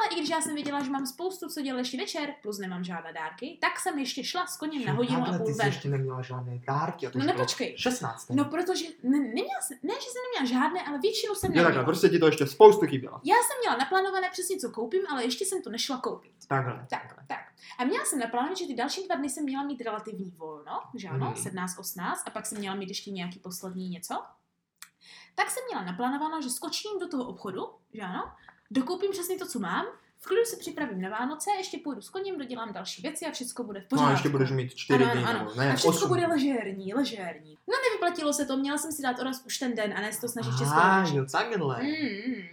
Speaker 2: ale i když já jsem věděla, že mám spoustu co dělat ještě večer, plus nemám žádné dárky, tak jsem ještě šla s koněm na hodinu a
Speaker 1: Takhle
Speaker 2: půl
Speaker 1: ty jsi
Speaker 2: ven.
Speaker 1: ještě neměla žádné dárky. A to
Speaker 2: No
Speaker 1: už bylo
Speaker 2: nepočkej.
Speaker 1: 16.
Speaker 2: No protože, ne, neměla jsem, ne, že jsem neměla žádné, ale většinu jsem
Speaker 1: Jo, takhle,
Speaker 2: neměla.
Speaker 1: prostě ti to ještě spoustu chybělo.
Speaker 2: Já jsem měla naplánované přesně, co koupím, ale ještě jsem to nešla koupit.
Speaker 1: Takhle. No
Speaker 2: Tak, tak. A měla jsem naplánovat, že ty další dva dny jsem měla mít relativní volno, že ano,
Speaker 1: Mhm.
Speaker 2: 17, 18, a pak jsem měla mít ještě nějaký poslední něco. Tak jsem měla naplánováno, že skočím do toho obchodu, že ano, dokoupím přesně to, co mám, v klidu se připravím na Vánoce, ještě půjdu s koním, dodělám další věci a všechno bude v
Speaker 1: No
Speaker 2: pořádku.
Speaker 1: a ještě budeš mít 4
Speaker 2: Ano,
Speaker 1: dny,
Speaker 2: ano, ano.
Speaker 1: nebo ne, jako
Speaker 2: a všechno
Speaker 1: 8.
Speaker 2: bude ležérní, ležérní. No nevyplatilo se to, měla jsem si dát oraz už ten den a ne se to snažit českou
Speaker 1: Ah, jo, takhle.
Speaker 2: Mm, mm.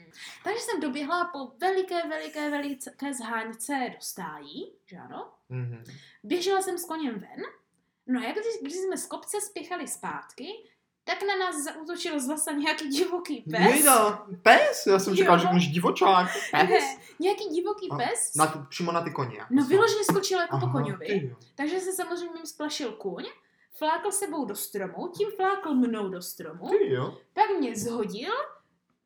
Speaker 2: Takže jsem doběhla po veliké, veliké, veliké zháňce do stájí, že ano.
Speaker 1: Mhm.
Speaker 2: Běžela jsem s koněm ven. No a jak když, když jsme z kopce spěchali zpátky, tak na nás zautočil zase nějaký divoký pes.
Speaker 1: Jejda, pes? Já jsem čekal,
Speaker 2: Jo.
Speaker 1: že budeš divočák. Pes?
Speaker 2: Ne, nějaký divoký
Speaker 1: A
Speaker 2: pes.
Speaker 1: Na, t- přímo na ty koně. jako
Speaker 2: No
Speaker 1: jsou.
Speaker 2: vyloženě skočil jako po
Speaker 1: Aha,
Speaker 2: koňovi.
Speaker 1: ty jo.
Speaker 2: Takže se samozřejmě splašil kůň, flákl sebou do stromu, tím flákl mnou do stromu.
Speaker 1: Ty jo.
Speaker 2: Pak mě zhodil,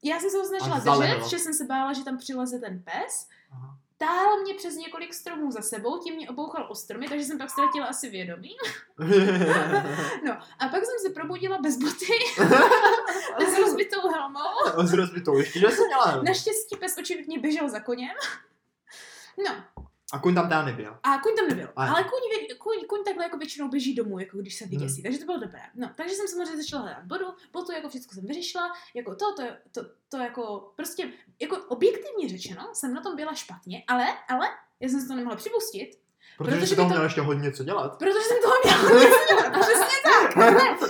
Speaker 2: já jsem se ho
Speaker 1: A
Speaker 2: snažila
Speaker 1: zalevil.
Speaker 2: držet, že jsem se bála, že tam přileze ten pes.
Speaker 1: Aha.
Speaker 2: Táhl mě přes několik stromů za sebou, tím mě obouchal o stromy, takže jsem pak ztratila asi vědomí. No a pak jsem se probudila bez boty, s rozbitou helmou.
Speaker 1: S rozbitou ještě, že jsem měla. Ne.
Speaker 2: Naštěstí pes očividně běžel za koněm. No,
Speaker 1: A kuň tam teda nebyl.
Speaker 2: a kuň tam nebyl.
Speaker 1: Ano.
Speaker 2: Ale kuň, vě- kuň, kuň takhle jako většinou běží domů, jako když se vyděsí, takže to bylo dobré. No, takže jsem samozřejmě začala hledat bodu, botu jako všechno jsem vyřešila, jako to, to, to, to jako prostě, jako objektivně řečeno, jsem na tom byla špatně, ale, ale, já jsem si to nemohla připustit,
Speaker 1: Protože,
Speaker 2: Protože
Speaker 1: jsi
Speaker 2: by
Speaker 1: tam
Speaker 2: to-
Speaker 1: měl ještě hodně co dělat.
Speaker 2: Protože jsem toho měla nic dělat. Přesně tak. Ne, to,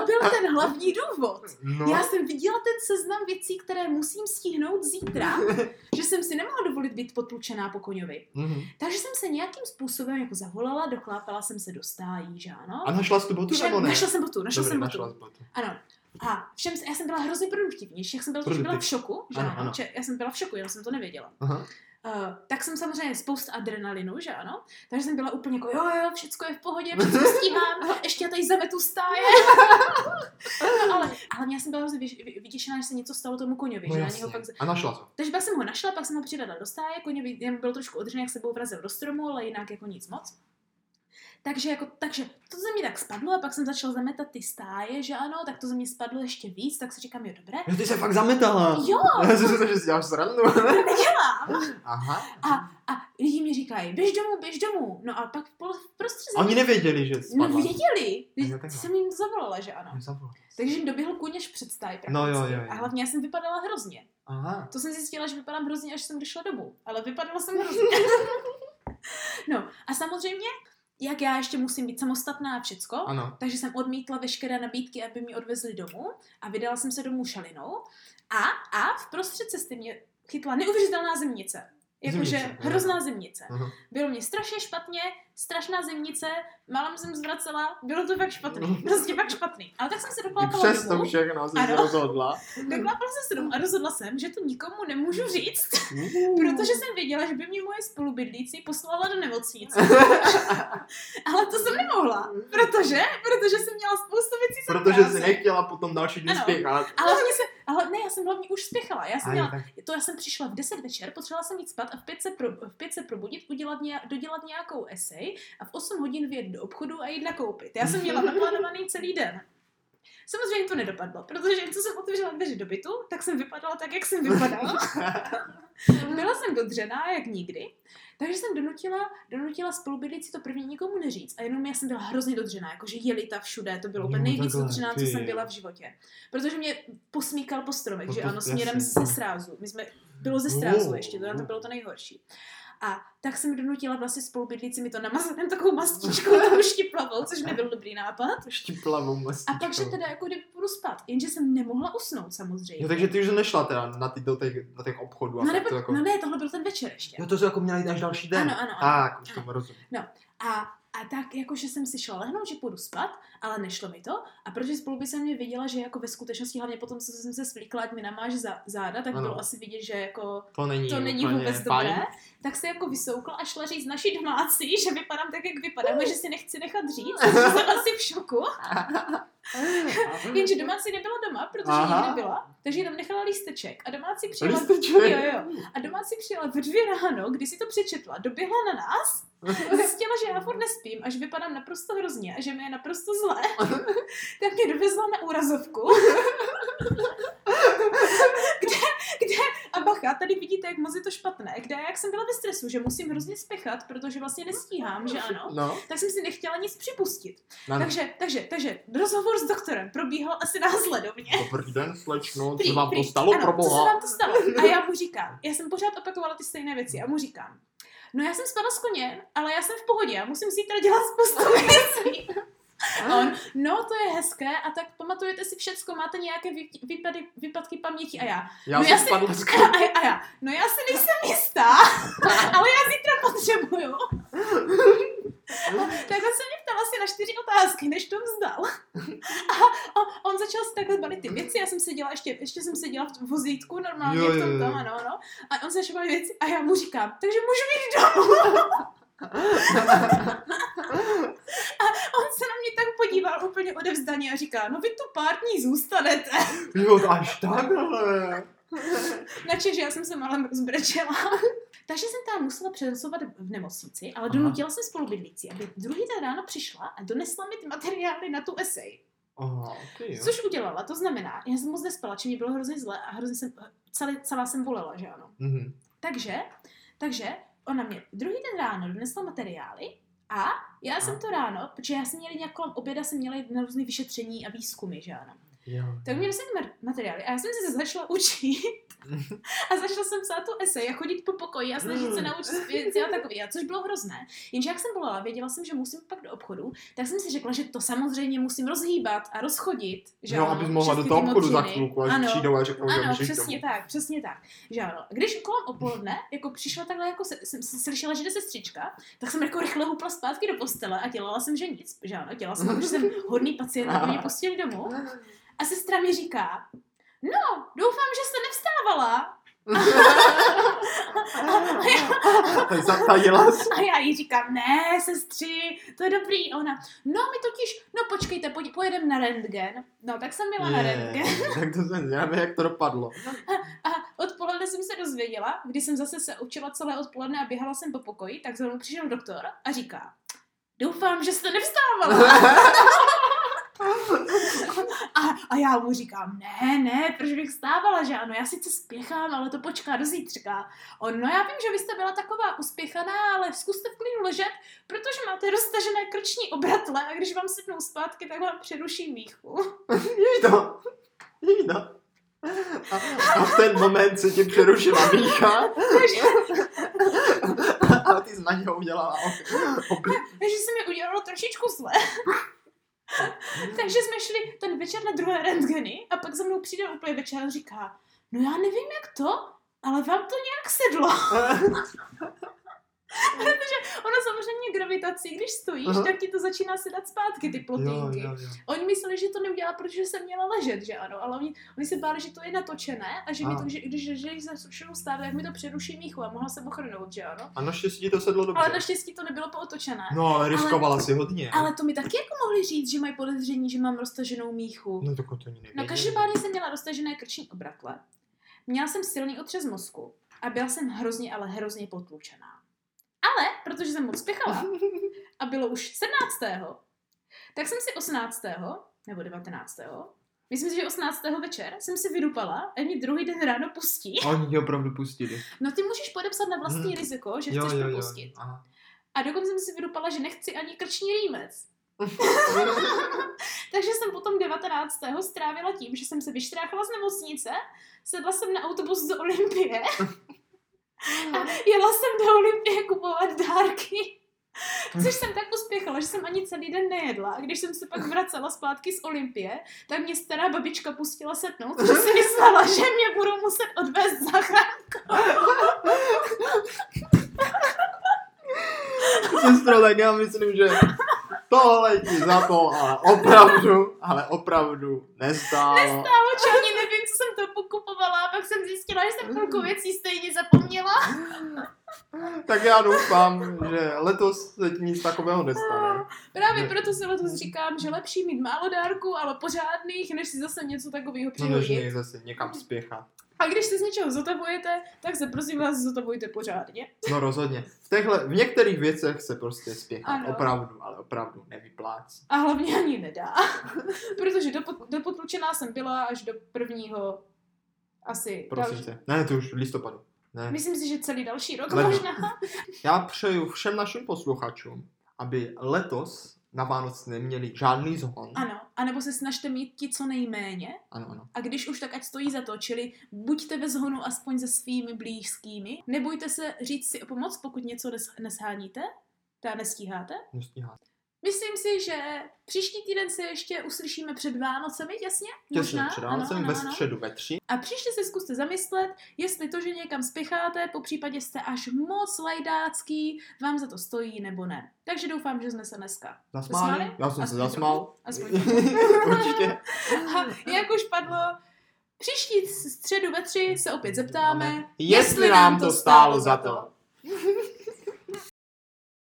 Speaker 2: to byl ten hlavní důvod.
Speaker 1: No.
Speaker 2: Já jsem viděla ten seznam věcí, které musím stihnout zítra, že jsem si nemohla dovolit být potlučená po koňovi.
Speaker 1: Mhm.
Speaker 2: Takže jsem se nějakým způsobem jako zavolala, doklápala jsem se do stájí, že ano?
Speaker 1: A našla jsi tu botu nebo
Speaker 2: Všem,
Speaker 1: ne?
Speaker 2: našla jsem botu, našla
Speaker 1: Dobrý,
Speaker 2: jsem botu.
Speaker 1: našla jsi botu.
Speaker 2: Ano. A všem, já jsem byla hrozně produktivnější, jak jsem byla, protože byla v
Speaker 1: Produktiv.
Speaker 2: šoku, že
Speaker 1: Ano,
Speaker 2: ano,
Speaker 1: ano.
Speaker 2: Že já jsem byla v šoku, jenom jsem to nevěděla.
Speaker 1: Aha.
Speaker 2: Uh, tak jsem samozřejmě spousta adrenalinu, že ano? Takže jsem byla úplně jako, jo, jo, všecko je v pohodě, všechno stíhám, ještě já tady zametu stáje. no, ale, ale já jsem byla hrozně vyš- vy- vyděšená, že se něco stalo tomu koňovi,
Speaker 1: No
Speaker 2: že na něho
Speaker 1: jasně.
Speaker 2: pak... z-
Speaker 1: A našla jsi. ho.
Speaker 2: Takže pak jsem ho našla, pak jsem ho přidala do stáje, koně jen byl trošku odřený, jak sebou vrazil do stromu, ale jinak jako nic moc. Takže, jako, takže to ze mě tak spadlo a pak jsem začala zametat ty stáje, že ano, tak to ze mě spadlo ještě víc, tak si říkám, jo dobré,
Speaker 1: Jo, ty se fakt zametala.
Speaker 2: jo,
Speaker 1: Já jsem si myslel, že si děláš srandu.
Speaker 2: dělám.
Speaker 1: Aha.
Speaker 2: A lidi mi říkají, běž domů, běž domů. No a pak v pol- v prostředí...
Speaker 1: Oni nevěděli, že jsi
Speaker 2: No
Speaker 1: spadla.
Speaker 2: věděli.
Speaker 1: Jo,
Speaker 2: Teď
Speaker 1: takhle.
Speaker 2: jsem jim zavolala, že ano.
Speaker 1: Já jsem zavolal.
Speaker 2: Takže jim doběhl kůň až před stáj prakticky.
Speaker 1: No jo, jo, jo.
Speaker 2: A hlavně já jsem vypadala hrozně.
Speaker 1: Aha.
Speaker 2: To jsem zjistila, že vypadám hrozně, až jsem došla domů. Ale vypadala jsem hrozně. no a samozřejmě, jak já ještě musím být samostatná a všecko,
Speaker 1: Ano.
Speaker 2: takže jsem odmítla veškeré nabídky, aby mi odvezli domů a vydala jsem se domů šalinou. A, a v prostřed cesty mě chytla neuvěřitelná zimnice. Jakože
Speaker 1: Zimnice, jo.
Speaker 2: hrozná zimnice.
Speaker 1: Aha.
Speaker 2: Bylo mě strašně špatně, strašná zimnice, málem jsem zvracela, bylo to fakt špatný, prostě fakt špatný. Ale tak jsem se doklápala
Speaker 1: No. Přesto
Speaker 2: domů,
Speaker 1: všechno jsi se
Speaker 2: Ano.
Speaker 1: rozhodla.
Speaker 2: doklápala jsem se domů a rozhodla jsem, že to nikomu nemůžu říct,
Speaker 1: Mm.
Speaker 2: protože jsem věděla, že by mě moje spolubydlící poslala do nemocnice. Ale to jsem nemohla, protože, protože jsem měla spoustu věcí za
Speaker 1: Protože
Speaker 2: práci.
Speaker 1: jsi nechtěla potom další den
Speaker 2: Ano.
Speaker 1: spěchat.
Speaker 2: Ale hlavně se, ale ne, já jsem hlavně už spěchala. Já jsem
Speaker 1: Aj,
Speaker 2: měla,
Speaker 1: tak
Speaker 2: to já jsem přišla v 10 večer, potřebovala jsem jít spát a v 5 se, pro, v 5 se probudit, udělat nějak, dodělat nějakou esej a v 8 hodin vyjet do obchodu a jít nakoupit. Já jsem měla naplánovaný celý den. Samozřejmě to nedopadlo, protože co jsem otevřela dveře do bytu, tak jsem vypadala tak, jak jsem vypadala. Byla jsem dodřená, jak nikdy, takže jsem donutila, donutila spolubydlící to první nikomu neříct. A jenom já jsem byla hrozně dodřená, jakože jelita všude, to bylo
Speaker 1: Jo,
Speaker 2: úplně nejvíc
Speaker 1: takhle,
Speaker 2: dodřená, co
Speaker 1: ty
Speaker 2: jsem
Speaker 1: jo.
Speaker 2: byla v životě. Protože mě posmíkal po stromech,
Speaker 1: No
Speaker 2: že
Speaker 1: to
Speaker 2: ano,
Speaker 1: jasně. No.
Speaker 2: směrem ze srázu. My jsme, bylo ze strázu
Speaker 1: Wow.
Speaker 2: ještě, to na to bylo to nejhorší. A tak jsem donutila vlastně spolubydlící mi to namazat jen takovou mastičkou, takovou štiplavou, což nebyl dobrý nápad.
Speaker 1: štiplavou
Speaker 2: A
Speaker 1: mastičkou.
Speaker 2: pak, že teda jako kdyby půjdu spát, jenže jsem nemohla usnout samozřejmě.
Speaker 1: Jo, takže ty už nešla teda na ty, do, těch, do těch obchodů. a
Speaker 2: no,
Speaker 1: tak
Speaker 2: nebo,
Speaker 1: to jako...
Speaker 2: no ne, tohle byl ten večer ještě.
Speaker 1: Jo, to jsi jako měla jít až další den.
Speaker 2: Ano, ano, ano.
Speaker 1: Tak, už tomu rozumím.
Speaker 2: A, a tak jakože jsem si šla lehnout, že půjdu spát, ale nešlo mi to. A protože spolu by se mě viděla, že jako ve skutečnosti, hlavně potom, co jsem se svlíkla, ať mi namáš za, záda, tak
Speaker 1: Ano.
Speaker 2: bylo asi vidět, že jako
Speaker 1: To není
Speaker 2: to není
Speaker 1: úplně
Speaker 2: vůbec
Speaker 1: fajn.
Speaker 2: dobré. Tak se jako vysoukla a šla říct naši domácí, že vypadám tak, jak vypadám, a že si nechci nechat říct, že jsem asi v šoku. Jenže domácí nebyla doma, protože
Speaker 1: Aha.
Speaker 2: Aha. nikde byla, takže jí tam nechala lísteček. A domácí přijela,
Speaker 1: Lísteček.
Speaker 2: Jo, jo. A domácí přijela ve dvě ráno, kdy si to přečetla, doběhla na nás, zjistila, že já furt nespím a že vypadám naprosto hrozně a že mi je naprosto zlé, tak mě dovezla na úrazovku. kde, kde, a bacha, tady vidíte, jak moc je to špatné, kde jak jsem byla ve stresu, že musím hrozně spěchat, protože vlastně nestíhám, že ano.
Speaker 1: No,
Speaker 2: Tak jsem si nechtěla nic připustit.
Speaker 1: na
Speaker 2: Takže, takže, takže, rozhovor s doktorem probíhal asi následovně.
Speaker 1: Dobrý den, slečno,
Speaker 2: Prý,
Speaker 1: co vám
Speaker 2: prý.
Speaker 1: to stalo,
Speaker 2: ano,
Speaker 1: pro
Speaker 2: Co se
Speaker 1: boha?
Speaker 2: vám to stalo? A já mu říkám, já jsem pořád opakovala ty stejné věci, já mu říkám, no já jsem spadla z koně, ale já jsem v pohodě, já musím zítra dělat spoustu věcí. A on, no to je hezké, a tak pamatujete si všecko, máte nějaké vy- výpady, výpadky paměti a já.
Speaker 1: Já
Speaker 2: No
Speaker 1: jsem
Speaker 2: já si-
Speaker 1: spadl z
Speaker 2: A, a, a já, no já si nejsem jistá, ale já zítra potřebuju. A takhle se mě ptal asi na čtyři otázky, než to vzdal. A, a on začal si takhle balit ty věci, já jsem seděla ještě, ještě jsem seděla v vozítku normálně,
Speaker 1: Jo,
Speaker 2: v
Speaker 1: jo, jo.
Speaker 2: tom tam, ano, ano. A on začal balit věci a já mu říkám, takže můžu jít domů. A on se na mě tak podíval úplně odevzdaně a říká, no vy tu pár dní zůstanete.
Speaker 1: Jo, až takhle.
Speaker 2: Načež já jsem se malem rozbrečela. Takže jsem tam musela přenosovat v nemocnici, ale
Speaker 1: Aha.
Speaker 2: donutila jsem spolubydlící, aby druhý den ráno přišla a donesla mi ty materiály na tu esej.
Speaker 1: Aha, ty jo.
Speaker 2: Což udělala, to znamená, já jsem moc nespala, či mě bylo hrozně zle a hrozně jsem, celý, celá jsem volela, že ano.
Speaker 1: Mhm.
Speaker 2: Takže, takže ona mě druhý den ráno donesla materiály a já jsem to ráno, protože já jsem měla nějak kolem oběda, jsem měla jít na různé vyšetření a výzkumy, že ano.
Speaker 1: Jo.
Speaker 2: Tak mě donesli mar- materiály a já jsem se začala učit. A začala jsem psát tu esej a chodit po pokoji a snažit
Speaker 1: Hmm.
Speaker 2: se naučit věci a takový, a což bylo hrozné. Jenže jak jsem volala, věděla jsem, že musím pak do obchodu, tak jsem si řekla, že to samozřejmě musím rozhýbat a rozchodit. Že
Speaker 1: No,
Speaker 2: ano,
Speaker 1: abys mohla
Speaker 2: přes
Speaker 1: do
Speaker 2: ty
Speaker 1: toho obchodu za
Speaker 2: močiny.
Speaker 1: chvilku, až
Speaker 2: ano,
Speaker 1: přijdou a řeknou, že
Speaker 2: Ano,
Speaker 1: můžeš jít
Speaker 2: přesně
Speaker 1: domů.
Speaker 2: tak, přesně tak. Že ano. Když kolem opoledne, jako přišla takhle, jako se, jsem jsem slyšela, že jde sestřička, tak jsem jako rychle hupla zpátky do postele a dělala jsem, že nic. Že ano, dělala jsem, že jsem hodný pacient, aby mě pustili domů. A sestra mi říká, no, doufám, že jste nevstávala. A já,
Speaker 1: Tak zatajila jsi.
Speaker 2: a já jí říkám, ne, sestři, to je dobrý. A ona, no, my totiž, no počkejte, pojď, pojedem na rentgen. No, tak jsem byla na rentgen.
Speaker 1: Je, Tak to jsem zvědavý, jak to dopadlo.
Speaker 2: A odpoledne jsem se dozvěděla, když jsem zase se učila celé odpoledne a běhala jsem po pokoji, tak za mnou přišel doktor a říká, doufám, že jste nevstávala. A, a já mu říkám, ne, ne, proč bych stávala, že ano, já sice spěchám, ale to počká do zítřka. On, no já vím, že vy jste byla taková uspěchaná, ale zkuste v klidu ležet, protože máte roztažené krční obratle a když vám sednou zpátky, tak vám přeruším výchu.
Speaker 1: Nikdo. Nikdo. A, a v ten moment se ti přerušila mícha
Speaker 2: Takže,
Speaker 1: a ty jsi na něho udělala ok- ok-
Speaker 2: takže se mi udělalo trošičku zle. Takže jsme šli ten večer na druhé rentgeny a pak za mnou přijde úplně večer a říká, no já nevím jak to, ale vám to nějak sedlo. Ono samozřejmě gravitací, když stojíš,
Speaker 1: Aha.
Speaker 2: Aha. tak ti to začíná sedat zpátky, ty
Speaker 1: jo,
Speaker 2: plotinky.
Speaker 1: jo, jo.
Speaker 2: Oni mysleli, že to neudělá, protože jsem měla ležet, že ano, ale oni, oni se báli, že to je natočené a že, mi
Speaker 1: Ano.
Speaker 2: to, že když leželi za sušenou stávu, tak mi to přeruší míchu a mohla se ochrnout, že ano.
Speaker 1: A naštěstí ti to sedlo dobře.
Speaker 2: Ale naštěstí to nebylo pootočené.
Speaker 1: No, ale riskovala si hodně.
Speaker 2: Ale to mi taky jako mohli říct, že mají podezření, že mám roztaženou míchu.
Speaker 1: No, tak to oni nevěděli.
Speaker 2: No každopádně jsem měla roztažené krční obratle, měla jsem silný otřes mozku a byla jsem hrozně, ale hrozně potlučená. Ale, protože jsem moc spěchala a bylo už 17. tak jsem si 18. nebo 19. Myslím si, že 18. večer jsem si vydupala a mě druhý den ráno pustí.
Speaker 1: A Oni tě opravdu pustili.
Speaker 2: No ty můžeš podepsat na vlastní
Speaker 1: Mhm.
Speaker 2: riziko, že chceš propustit.
Speaker 1: Aha.
Speaker 2: A dokonce jsem si vydupala, že nechci ani krční rýmec. Takže jsem potom 19. strávila tím, že jsem se vyštráchala z nemocnice, sedla jsem na autobus z Olympie a jela jsem do Olympie kupovat dárky. Což jsem tak uspěchala, že jsem ani celý den nejedla. A když jsem se pak vracela zpátky z Olympie, tak mě stará babička pustila setnout, protože si myslela, že mě budou muset odvést záchranku.
Speaker 1: Sestro, tak já myslím, že tohle ti za to, ale opravdu, ale opravdu nestálo.
Speaker 2: Nestálo, či ani nevím, co jsem to pokupovala. A pak jsem zjistila, že jsem chvilku věcí stejně zapomněla.
Speaker 1: Tak já doufám, že letos se ti nic takového nestane.
Speaker 2: Právě
Speaker 1: Ne.
Speaker 2: proto si letos říkám, že lepší mít málo dárků, ale pořádných, než si zase něco takového
Speaker 1: No, než
Speaker 2: přihodit.
Speaker 1: někde zase někam spěchat.
Speaker 2: A když se z něčeho zotavujete, tak se prosím vás zotavujte pořádně.
Speaker 1: No rozhodně. V, téhle, v některých věcech se prostě spěchat.
Speaker 2: Ano.
Speaker 1: Opravdu, ale opravdu nevyplácí.
Speaker 2: A hlavně ani nedá. Protože dopo- dopotlučená jsem byla až do prvního asi
Speaker 1: Prosím tě. Ne, to už v listopadu. Ne.
Speaker 2: Myslím si, že celý další rok
Speaker 1: Ledno.
Speaker 2: možná.
Speaker 1: Já přeju všem našim posluchačům, aby letos na Vánoce neměli žádný zhon.
Speaker 2: Ano, anebo se snažte mít ti co nejméně.
Speaker 1: Ano, ano.
Speaker 2: A když už, tak ať stojí za to, čili buďte ve zhonu aspoň se svými blízkými. Nebojte se říct si o pomoc, pokud něco nes- nesháníte, teda nestíháte.
Speaker 1: Nestíhá.
Speaker 2: Myslím si, že příští týden se ještě uslyšíme před Vánocemi, jasně?
Speaker 1: Těsně před Vánocem, ve středu ve tři.
Speaker 2: A příště se zkuste zamyslet, jestli to, že někam spěcháte, po případě jste až moc lajdácký, vám za to stojí nebo ne. Takže doufám, že jsme se dneska.
Speaker 1: Zasmáli?
Speaker 2: Zasmáli?
Speaker 1: Já jsem se
Speaker 2: Aspoň
Speaker 1: zasmál.
Speaker 2: trochu. Aspoň
Speaker 1: Určitě.
Speaker 2: A jak už padlo, příští středu ve tři se opět zeptáme,
Speaker 1: Jestli nám to stálo za to.